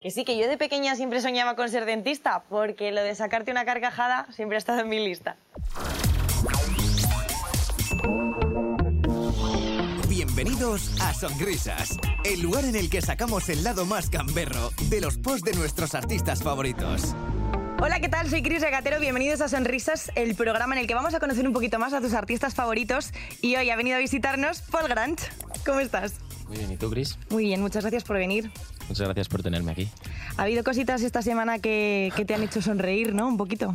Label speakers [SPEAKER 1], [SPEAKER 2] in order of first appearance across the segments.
[SPEAKER 1] Que sí, que yo de pequeña siempre soñaba con ser dentista, porque lo de sacarte una carcajada siempre ha estado en mi lista.
[SPEAKER 2] Bienvenidos a Sonrisas, el lugar en el que sacamos el lado más camberro de los posts de nuestros artistas favoritos.
[SPEAKER 1] Hola, ¿qué tal? Soy Cris Regatero, bienvenidos a Sonrisas, el programa en el que vamos a conocer un poquito más a tus artistas favoritos. Y hoy ha venido a visitarnos Paul Grant. ¿Cómo estás?
[SPEAKER 3] Muy bien, ¿y tú, Cris?
[SPEAKER 1] Muy bien, muchas gracias por venir.
[SPEAKER 3] Muchas gracias por tenerme aquí.
[SPEAKER 1] Ha habido cositas esta semana que, que te han hecho sonreír, ¿no? Un poquito.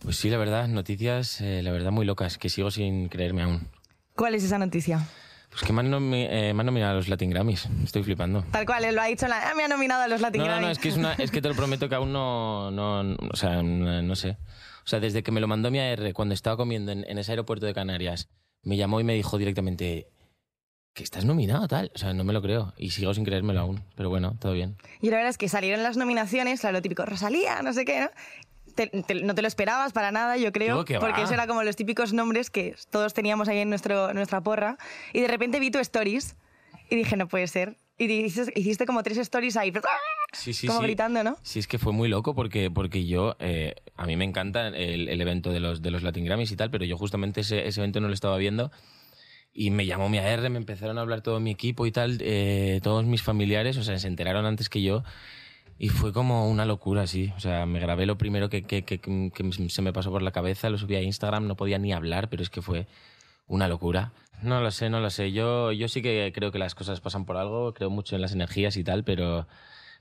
[SPEAKER 3] Pues sí, la verdad, noticias, eh, la verdad, muy locas, que sigo sin creerme aún.
[SPEAKER 1] ¿Cuál es esa noticia?
[SPEAKER 3] Pues que me han, nomi- eh, me han nominado a los Latin Grammys, estoy flipando.
[SPEAKER 1] Tal cual, él lo ha dicho, en la, "Ah, me ha nominado a los Latin
[SPEAKER 3] No, no,
[SPEAKER 1] Grammy".
[SPEAKER 3] no, es que, es, una, es que te lo prometo que aún no, no, no, o sea, no, no sé. O sea, desde que me lo mandó mi AR, cuando estaba comiendo en, en ese aeropuerto de Canarias, me llamó y me dijo directamente que estás nominado, tal. O sea, no me lo creo y sigo sin creérmelo aún, pero bueno, todo bien.
[SPEAKER 1] Y la verdad es que salieron las nominaciones, claro, lo típico, Rosalía, no sé qué, ¿no? Te- te- no te lo esperabas para nada, yo creo,
[SPEAKER 3] No, que va.
[SPEAKER 1] porque eso era como los típicos nombres que todos teníamos ahí en nuestro, nuestra porra. Y de repente vi tu stories y dije, no puede ser. Y dices- hiciste como tres stories ahí,
[SPEAKER 3] Sí, sí,
[SPEAKER 1] como
[SPEAKER 3] sí.
[SPEAKER 1] gritando, ¿no?
[SPEAKER 3] Sí, es que fue muy loco porque, porque yo, eh, a mí me encanta el, el evento de los, de los Latin Grammys y tal, pero yo justamente ese, ese evento no lo estaba viendo y me llamó mi AR, me empezaron a hablar todo mi equipo y tal, eh, todos mis familiares, o sea, se enteraron antes que yo y fue como una locura, sí. O sea, me grabé lo primero que, que- que- que se me pasó por la cabeza, lo subí a Instagram, no podía ni hablar, pero es que fue una locura. No lo sé, no lo sé. Yo, yo sí que creo que las cosas pasan por algo, creo mucho en las energías y tal, pero,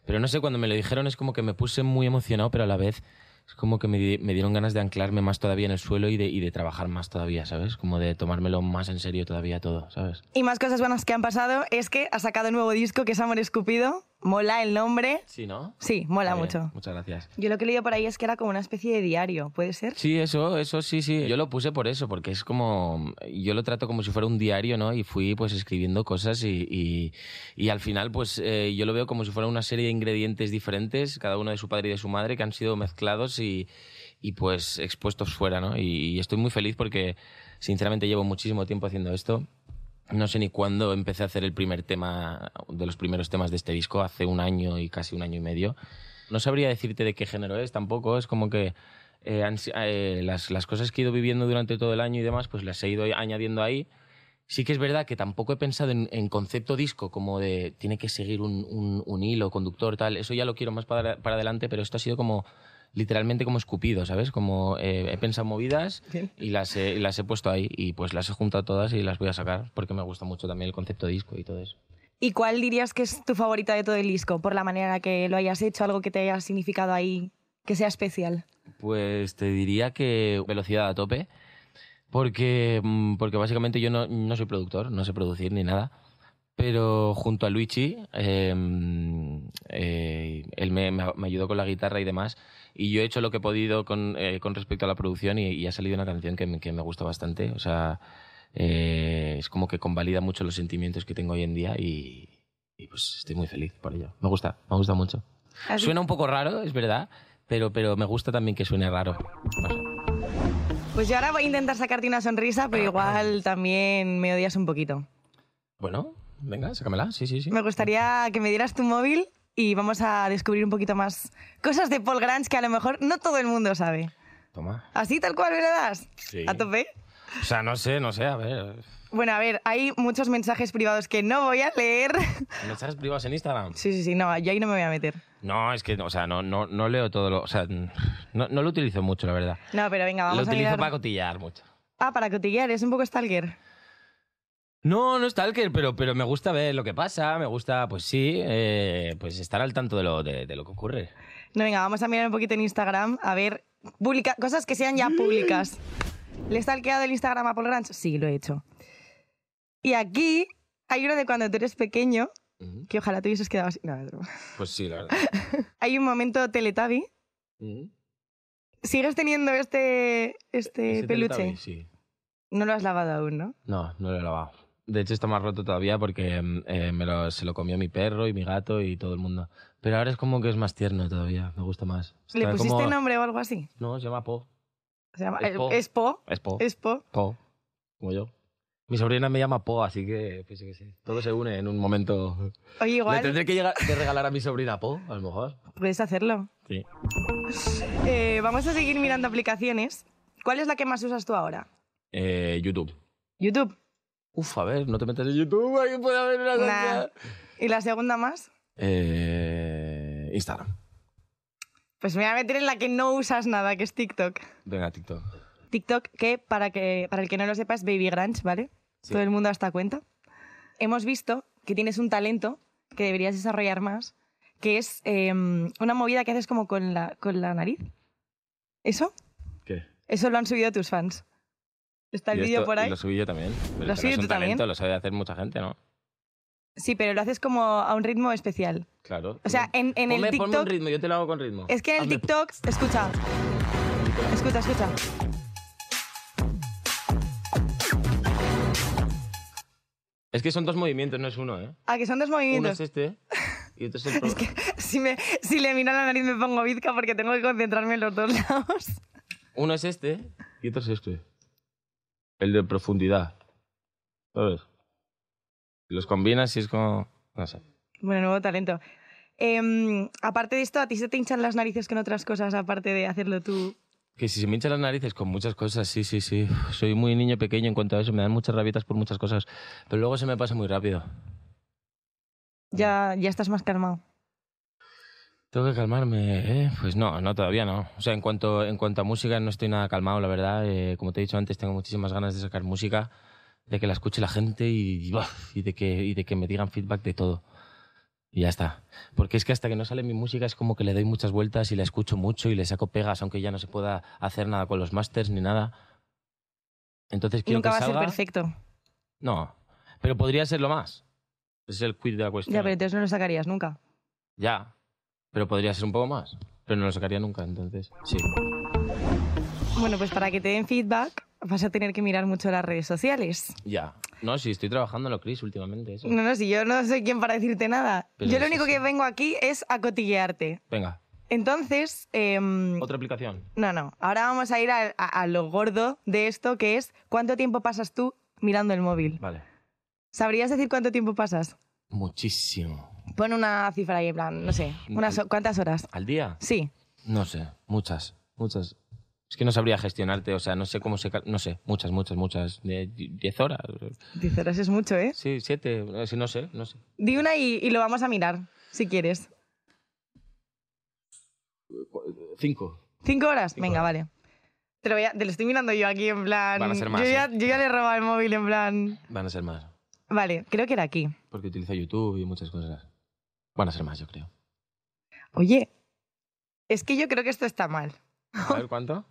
[SPEAKER 3] pero no sé, cuando me lo dijeron es como que me puse muy emocionado, pero a la vez es como que me, di- me dieron ganas de anclarme más todavía en el suelo y de, y de trabajar más todavía, ¿sabes? Como de tomármelo más en serio todavía todo, ¿sabes?
[SPEAKER 1] Y más cosas buenas que han pasado es que ha sacado un nuevo disco que es Amor Escupido. Mola el nombre.
[SPEAKER 3] Sí, ¿no?
[SPEAKER 1] Sí, mola
[SPEAKER 3] Muy bien,
[SPEAKER 1] mucho.
[SPEAKER 3] Muchas gracias.
[SPEAKER 1] Yo lo que he leído por ahí es que era como una especie de diario, ¿puede ser?
[SPEAKER 3] Sí, eso, eso sí, sí. Yo lo puse por eso, porque es como. Yo lo trato como si fuera un diario, ¿no? Y fui pues escribiendo cosas y, y, y al final, pues eh, yo lo veo como si fuera una serie de ingredientes diferentes, cada uno de su padre y de su madre, que han sido mezclados y, y pues expuestos fuera, ¿no? Y, y estoy muy feliz porque, sinceramente, llevo muchísimo tiempo haciendo esto. No sé ni cuándo empecé a hacer el primer tema, de los primeros temas de este disco, hace un año y casi un año y medio. No sabría decirte de qué género es tampoco, es como que eh, han si- eh, las, las cosas que he ido viviendo durante todo el año y demás, pues las he ido añadiendo ahí. Sí que es verdad que tampoco he pensado en, en concepto disco, como de tiene que seguir un, un- un hilo conductor, tal. Eso ya lo quiero más para, para adelante, pero esto ha sido como literalmente como escupido, ¿sabes? Como eh, he pensado movidas
[SPEAKER 1] Bien.
[SPEAKER 3] y las he, y las he puesto ahí y pues las he juntado todas y las voy a sacar porque me gusta mucho también el concepto disco y todo eso.
[SPEAKER 1] ¿Y cuál dirías que es tu favorita de todo el disco? Por la manera en la que lo hayas hecho, algo que te haya significado ahí, que sea especial.
[SPEAKER 3] Pues te diría que velocidad a tope, porque, mm, porque básicamente yo no, no soy productor, no sé producir ni nada, pero junto a Luigi, eh, eh, él me, me- me ayudó con la guitarra y demás, y yo he hecho lo que he podido con, eh, con respecto a la producción y, y ha salido una canción que, me- que me gusta bastante, o sea, eh, es como que convalida mucho los sentimientos que tengo hoy en día y, y pues estoy muy feliz por ello. Me gusta, me gusta mucho.
[SPEAKER 1] Así-
[SPEAKER 3] Suena un poco raro, es verdad, pero, pero me gusta también que suene raro. No sé.
[SPEAKER 1] Pues yo ahora voy a intentar sacarte una sonrisa, pero igual también me odias un poquito.
[SPEAKER 3] Bueno, venga, sácamela. Sí, sí, sí.
[SPEAKER 1] Me gustaría que me dieras tu móvil y vamos a descubrir un poquito más cosas de Paul Grange que a lo mejor no todo el mundo sabe.
[SPEAKER 3] Toma.
[SPEAKER 1] Así tal cual, ¿verdad?
[SPEAKER 3] Sí.
[SPEAKER 1] A tope.
[SPEAKER 3] O sea, no sé, no sé, a ver.
[SPEAKER 1] Bueno, a ver, hay muchos mensajes privados que no voy a leer.
[SPEAKER 3] ¿Mensajes privados en Instagram?
[SPEAKER 1] Sí, sí, sí, no, yo ahí no me voy a meter.
[SPEAKER 3] No, es que, o sea, no, no, no leo todo lo. O sea, no, no lo utilizo mucho, la verdad.
[SPEAKER 1] No, pero venga,
[SPEAKER 3] lo
[SPEAKER 1] vamos a
[SPEAKER 3] utilizo
[SPEAKER 1] mirar.
[SPEAKER 3] para cotillar mucho.
[SPEAKER 1] Ah, para cotillear, es un poco stalker.
[SPEAKER 3] No, no es stalker, pero, pero me gusta ver lo que pasa, me gusta, pues sí, eh, pues estar al tanto de lo, de, de lo que ocurre.
[SPEAKER 1] No, venga, vamos a mirar un poquito en Instagram, a ver, publica- cosas que sean
[SPEAKER 3] Mm.
[SPEAKER 1] ya públicas. ¿Le he stalkeado el Instagram a Paul Grange? Sí, lo he hecho. Y aquí hay uno de cuando tú eres pequeño,
[SPEAKER 3] Ujú.
[SPEAKER 1] que ojalá te hubieses quedado así. No, es broma.
[SPEAKER 3] Pues sí, la verdad.
[SPEAKER 1] Hay un momento Teletubby.
[SPEAKER 3] Ujú.
[SPEAKER 1] ¿Sigues teniendo este, este
[SPEAKER 3] Ese
[SPEAKER 1] peluche?
[SPEAKER 3] Teletubby, Sí.
[SPEAKER 1] No lo has lavado aún, ¿no?
[SPEAKER 3] No, no lo he lavado. De hecho, está más roto todavía porque mm, eh, me lo- se lo comió mi perro y mi gato y todo el mundo. Pero ahora es como que es más tierno todavía, me gusta más.
[SPEAKER 1] ¿Le
[SPEAKER 3] Está
[SPEAKER 1] pusiste
[SPEAKER 3] como-
[SPEAKER 1] nombre o algo así?
[SPEAKER 3] No, se llama Po.
[SPEAKER 1] Se llama-
[SPEAKER 3] Es Po.
[SPEAKER 1] Es Po.
[SPEAKER 3] Es Po.
[SPEAKER 1] Es Po.
[SPEAKER 3] Po. Como yo. Mi sobrina me llama Po, así que pues, yo qué sé, todo se une en un momento.
[SPEAKER 1] Oye,
[SPEAKER 3] Le
[SPEAKER 1] igual
[SPEAKER 3] tendré que, llegar, que regalar a mi sobrina Po, a lo mejor.
[SPEAKER 1] puedes hacerlo.
[SPEAKER 3] Sí.
[SPEAKER 1] Eh, vamos a seguir mirando aplicaciones. ¿Cuál es la que más usas tú ahora?
[SPEAKER 3] Eh, YouTube.
[SPEAKER 1] YouTube.
[SPEAKER 3] Uf, a ver, no te metas en YouTube, ahí puede haber una
[SPEAKER 1] Nah.
[SPEAKER 3] cosa.
[SPEAKER 1] ¿Y la segunda más?
[SPEAKER 3] Eh, Instagram.
[SPEAKER 1] Pues me voy a meter en la que no usas nada, que es TikTok.
[SPEAKER 3] Venga, TikTok.
[SPEAKER 1] TikTok, que para, que para el que no lo sepa es Baby Grunge, ¿vale?
[SPEAKER 3] Sí.
[SPEAKER 1] Todo el mundo hasta cuenta. Hemos visto que tienes un talento que deberías desarrollar más, que es em, una movida que haces como con la, con la nariz. ¿Eso?
[SPEAKER 3] ¿Qué?
[SPEAKER 1] Eso lo han subido tus fans. Está el
[SPEAKER 3] Y
[SPEAKER 1] vídeo
[SPEAKER 3] esto-
[SPEAKER 1] por
[SPEAKER 3] y
[SPEAKER 1] ahí.
[SPEAKER 3] Lo subí yo también. Pero
[SPEAKER 1] ¿Lo
[SPEAKER 3] esto
[SPEAKER 1] subí
[SPEAKER 3] no es
[SPEAKER 1] tú
[SPEAKER 3] un
[SPEAKER 1] también?
[SPEAKER 3] talento, Lo sabe hacer mucha gente, ¿no?
[SPEAKER 1] Sí, pero lo haces como a un ritmo especial.
[SPEAKER 3] Claro.
[SPEAKER 1] O sea, en, en
[SPEAKER 3] ponme, ponme
[SPEAKER 1] el
[SPEAKER 3] un
[SPEAKER 1] TikTok...
[SPEAKER 3] ritmo, yo te lo hago con ritmo.
[SPEAKER 1] Es que en el
[SPEAKER 3] Hazme-
[SPEAKER 1] TikTok... Escucha. Escucha, escucha.
[SPEAKER 3] Es que son dos movimientos, no es uno, ¿eh?
[SPEAKER 1] Ah, que son dos
[SPEAKER 3] Uno
[SPEAKER 1] movimientos.
[SPEAKER 3] es este y otro es el pro-
[SPEAKER 1] Es que si, me, si le miro a la nariz me pongo bizca porque tengo que concentrarme en los dos lados.
[SPEAKER 3] Uno es este y otro es este. El de profundidad. ¿Sabes? Los combinas y es como... No sé.
[SPEAKER 1] Bueno, nuevo talento. Em, aparte de esto, ¿a ti se te hinchan las narices con otras cosas aparte de hacerlo tú?
[SPEAKER 3] Que si se me hinchan las narices con muchas cosas, sí, sí, sí. Soy muy niño pequeño en cuanto a eso, me dan muchas rabietas por muchas cosas. Pero luego se me pasa muy rápido.
[SPEAKER 1] Ya, ya estás más calmado.
[SPEAKER 3] Tengo que calmarme, ¿eh? Pues no, no, todavía no. O sea, en cuanto, en cuanto a música, no estoy nada calmado, la verdad. Eh, como te he dicho antes, tengo muchísimas ganas de sacar música, de que la escuche la gente y, y, ¡buah! y de, que, y de que me digan feedback de todo. Y ya está. Porque es que hasta que no sale mi música es como que le doy muchas vueltas y la escucho mucho y le saco pegas, aunque ya no se pueda hacer nada con los masters ni nada. Entonces quiero
[SPEAKER 1] Nunca
[SPEAKER 3] que
[SPEAKER 1] va a ser
[SPEAKER 3] salga-
[SPEAKER 1] perfecto.
[SPEAKER 3] No, pero podría serlo más. Ese es el quid de la cuestión.
[SPEAKER 1] Ya, pero entonces no lo sacarías nunca.
[SPEAKER 3] Ya, pero podría ser un poco más. Pero no lo sacaría nunca, entonces. Sí.
[SPEAKER 1] Bueno, pues para que te den feedback vas a tener que mirar mucho las redes sociales.
[SPEAKER 3] Ya. No, sí, estoy trabajando en lo Chris últimamente. Eso.
[SPEAKER 1] No, no, si yo no soy quien para decirte nada.
[SPEAKER 3] Pero
[SPEAKER 1] yo lo
[SPEAKER 3] sí,
[SPEAKER 1] único
[SPEAKER 3] sí.
[SPEAKER 1] que vengo aquí es a cotillearte.
[SPEAKER 3] Venga,
[SPEAKER 1] Entonces, em,
[SPEAKER 3] otra aplicación.
[SPEAKER 1] No, no. Ahora vamos a ir a, a- a lo gordo de esto, que es cuánto tiempo pasas tú mirando el móvil.
[SPEAKER 3] Vale.
[SPEAKER 1] ¿Sabrías decir cuánto tiempo pasas?
[SPEAKER 3] Muchísimo.
[SPEAKER 1] Pon una cifra ahí, en plan, no sé. Unas,
[SPEAKER 3] Mm.
[SPEAKER 1] ho- ¿Cuántas horas?
[SPEAKER 3] ¿Al día?
[SPEAKER 1] Sí.
[SPEAKER 3] No sé, muchas, muchas. Es que no sabría gestionarte, o sea, no sé cómo se... cal- No sé, muchas, muchas, muchas. De di- ¿Diez horas?
[SPEAKER 1] Diez horas es mucho, ¿eh?
[SPEAKER 3] Sí, siete, eh, sí, no sé, no sé.
[SPEAKER 1] Di una y, y lo vamos a mirar, si quieres.
[SPEAKER 3] Cinco.
[SPEAKER 1] ¿Cinco horas? Venga, vale. Te lo, voy a- te lo estoy mirando yo aquí, en plan...
[SPEAKER 3] Van a ser más,
[SPEAKER 1] yo,
[SPEAKER 3] ¿eh?
[SPEAKER 1] ya, yo ya le he robado el móvil, en plan...
[SPEAKER 3] Van a ser más,
[SPEAKER 1] Vale, creo que era aquí.
[SPEAKER 3] porque utilizo YouTube y muchas cosas. Van a ser más, yo creo.
[SPEAKER 1] Oye, es que yo creo que esto está mal.
[SPEAKER 3] A ver, ¿cuánto?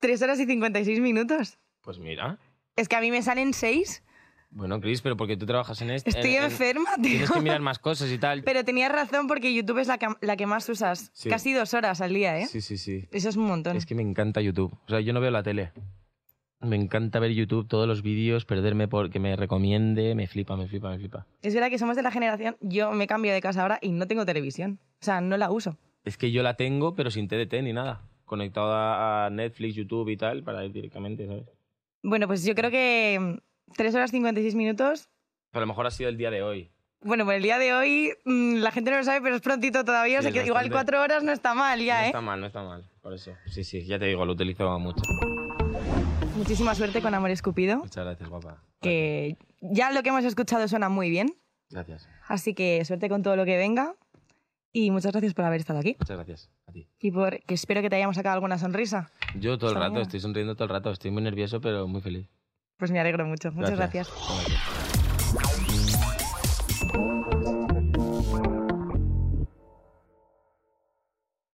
[SPEAKER 1] Tres horas y 56 minutos.
[SPEAKER 3] Pues mira.
[SPEAKER 1] Es que a mí me salen seis.
[SPEAKER 3] Bueno, Chris, pero porque tú trabajas en esto.
[SPEAKER 1] Estoy enferma, tío.
[SPEAKER 3] Tienes que mirar más cosas y tal.
[SPEAKER 1] Pero tenías razón porque YouTube es la que, la que más usas.
[SPEAKER 3] Sí.
[SPEAKER 1] Casi dos horas al día, ¿eh?
[SPEAKER 3] Sí, sí, sí.
[SPEAKER 1] Eso es un montón.
[SPEAKER 3] Es que me encanta YouTube. O sea, yo no veo la tele. Me encanta ver YouTube, todos los vídeos, perderme porque me recomiende. Me flipa, me flipa, me flipa.
[SPEAKER 1] Es verdad que somos de la generación... Yo me cambio de casa ahora y no tengo televisión. O sea, no la uso.
[SPEAKER 3] Es que yo la tengo, pero sin TDT ni nada. Conectada a Netflix, YouTube y tal, para ir directamente, ¿sabes?
[SPEAKER 1] Bueno, pues yo creo que mm, tres horas 56 minutos...
[SPEAKER 3] Pero a lo mejor ha sido el día de hoy.
[SPEAKER 1] Bueno, pues el día de hoy mm, la gente no lo sabe, pero es prontito todavía. o
[SPEAKER 3] Sí,
[SPEAKER 1] sea
[SPEAKER 3] es
[SPEAKER 1] que igual
[SPEAKER 3] bastante.
[SPEAKER 1] cuatro horas no está mal ya,
[SPEAKER 3] no
[SPEAKER 1] ¿eh?
[SPEAKER 3] está mal, no está mal. Por eso. Sí, sí, ya te digo, lo utilizo mucho.
[SPEAKER 1] Muchísima suerte con Amor Escupido,
[SPEAKER 3] Muchas gracias, guapa.
[SPEAKER 1] que ya lo que hemos escuchado suena muy bien.
[SPEAKER 3] Gracias.
[SPEAKER 1] Así que suerte con todo lo que venga. Y muchas gracias por haber estado aquí.
[SPEAKER 3] Muchas gracias a ti.
[SPEAKER 1] Y por que espero que te hayamos sacado alguna sonrisa.
[SPEAKER 3] Yo todo el
[SPEAKER 1] Hasta
[SPEAKER 3] rato,
[SPEAKER 1] mañana.
[SPEAKER 3] estoy sonriendo todo el rato. Estoy muy nervioso, pero muy feliz.
[SPEAKER 1] Pues me alegro mucho. Muchas gracias.
[SPEAKER 3] gracias.